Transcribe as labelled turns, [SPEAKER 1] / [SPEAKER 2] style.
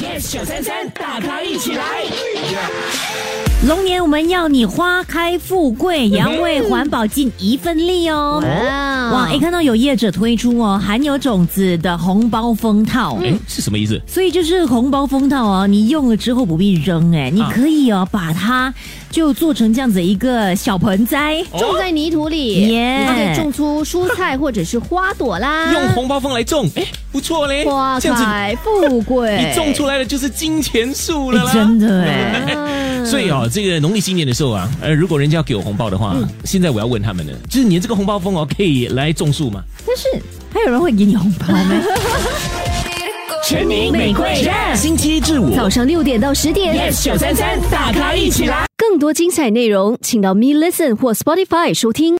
[SPEAKER 1] yes 九三三，大咖一起来。
[SPEAKER 2] 龙年我们要你花开富贵，也要为环保尽一份力哦。哇，
[SPEAKER 3] 哇
[SPEAKER 2] 诶，看到有业者推出哦含有种子的红包封套。
[SPEAKER 1] 哎，是什么意思？
[SPEAKER 2] 所以就是红包封套哦，你用了之后不必扔，哎，你
[SPEAKER 1] 啊
[SPEAKER 2] 可以哦，把它就做成这样子一个小盆栽，
[SPEAKER 1] 哦
[SPEAKER 3] 种在泥土里，
[SPEAKER 2] 耶
[SPEAKER 3] 你就可以种出蔬菜或者是花朵啦。
[SPEAKER 1] 用红包封来种，哎，不错嘞，
[SPEAKER 3] 花
[SPEAKER 1] 这样子
[SPEAKER 3] 开富贵，
[SPEAKER 1] 你种出来的就是金钱树了
[SPEAKER 2] 诶
[SPEAKER 1] 啦。
[SPEAKER 2] 真的哎。
[SPEAKER 3] 嗯
[SPEAKER 1] 所以哦，这个农历新年的时候啊，呃，如果人家要给我红包的话，
[SPEAKER 2] 嗯
[SPEAKER 1] 现在我要问他们了，就是你的这个红包封哦，可以来种树吗？
[SPEAKER 2] 但是还有人会给你红包吗？
[SPEAKER 1] 全民
[SPEAKER 2] 玫瑰战
[SPEAKER 1] 星期一至五
[SPEAKER 3] 早上六点到十点，
[SPEAKER 1] 九三三，大咖一起来。
[SPEAKER 3] 更多精彩内容，请到 Me Listen 或 Spotify 收听。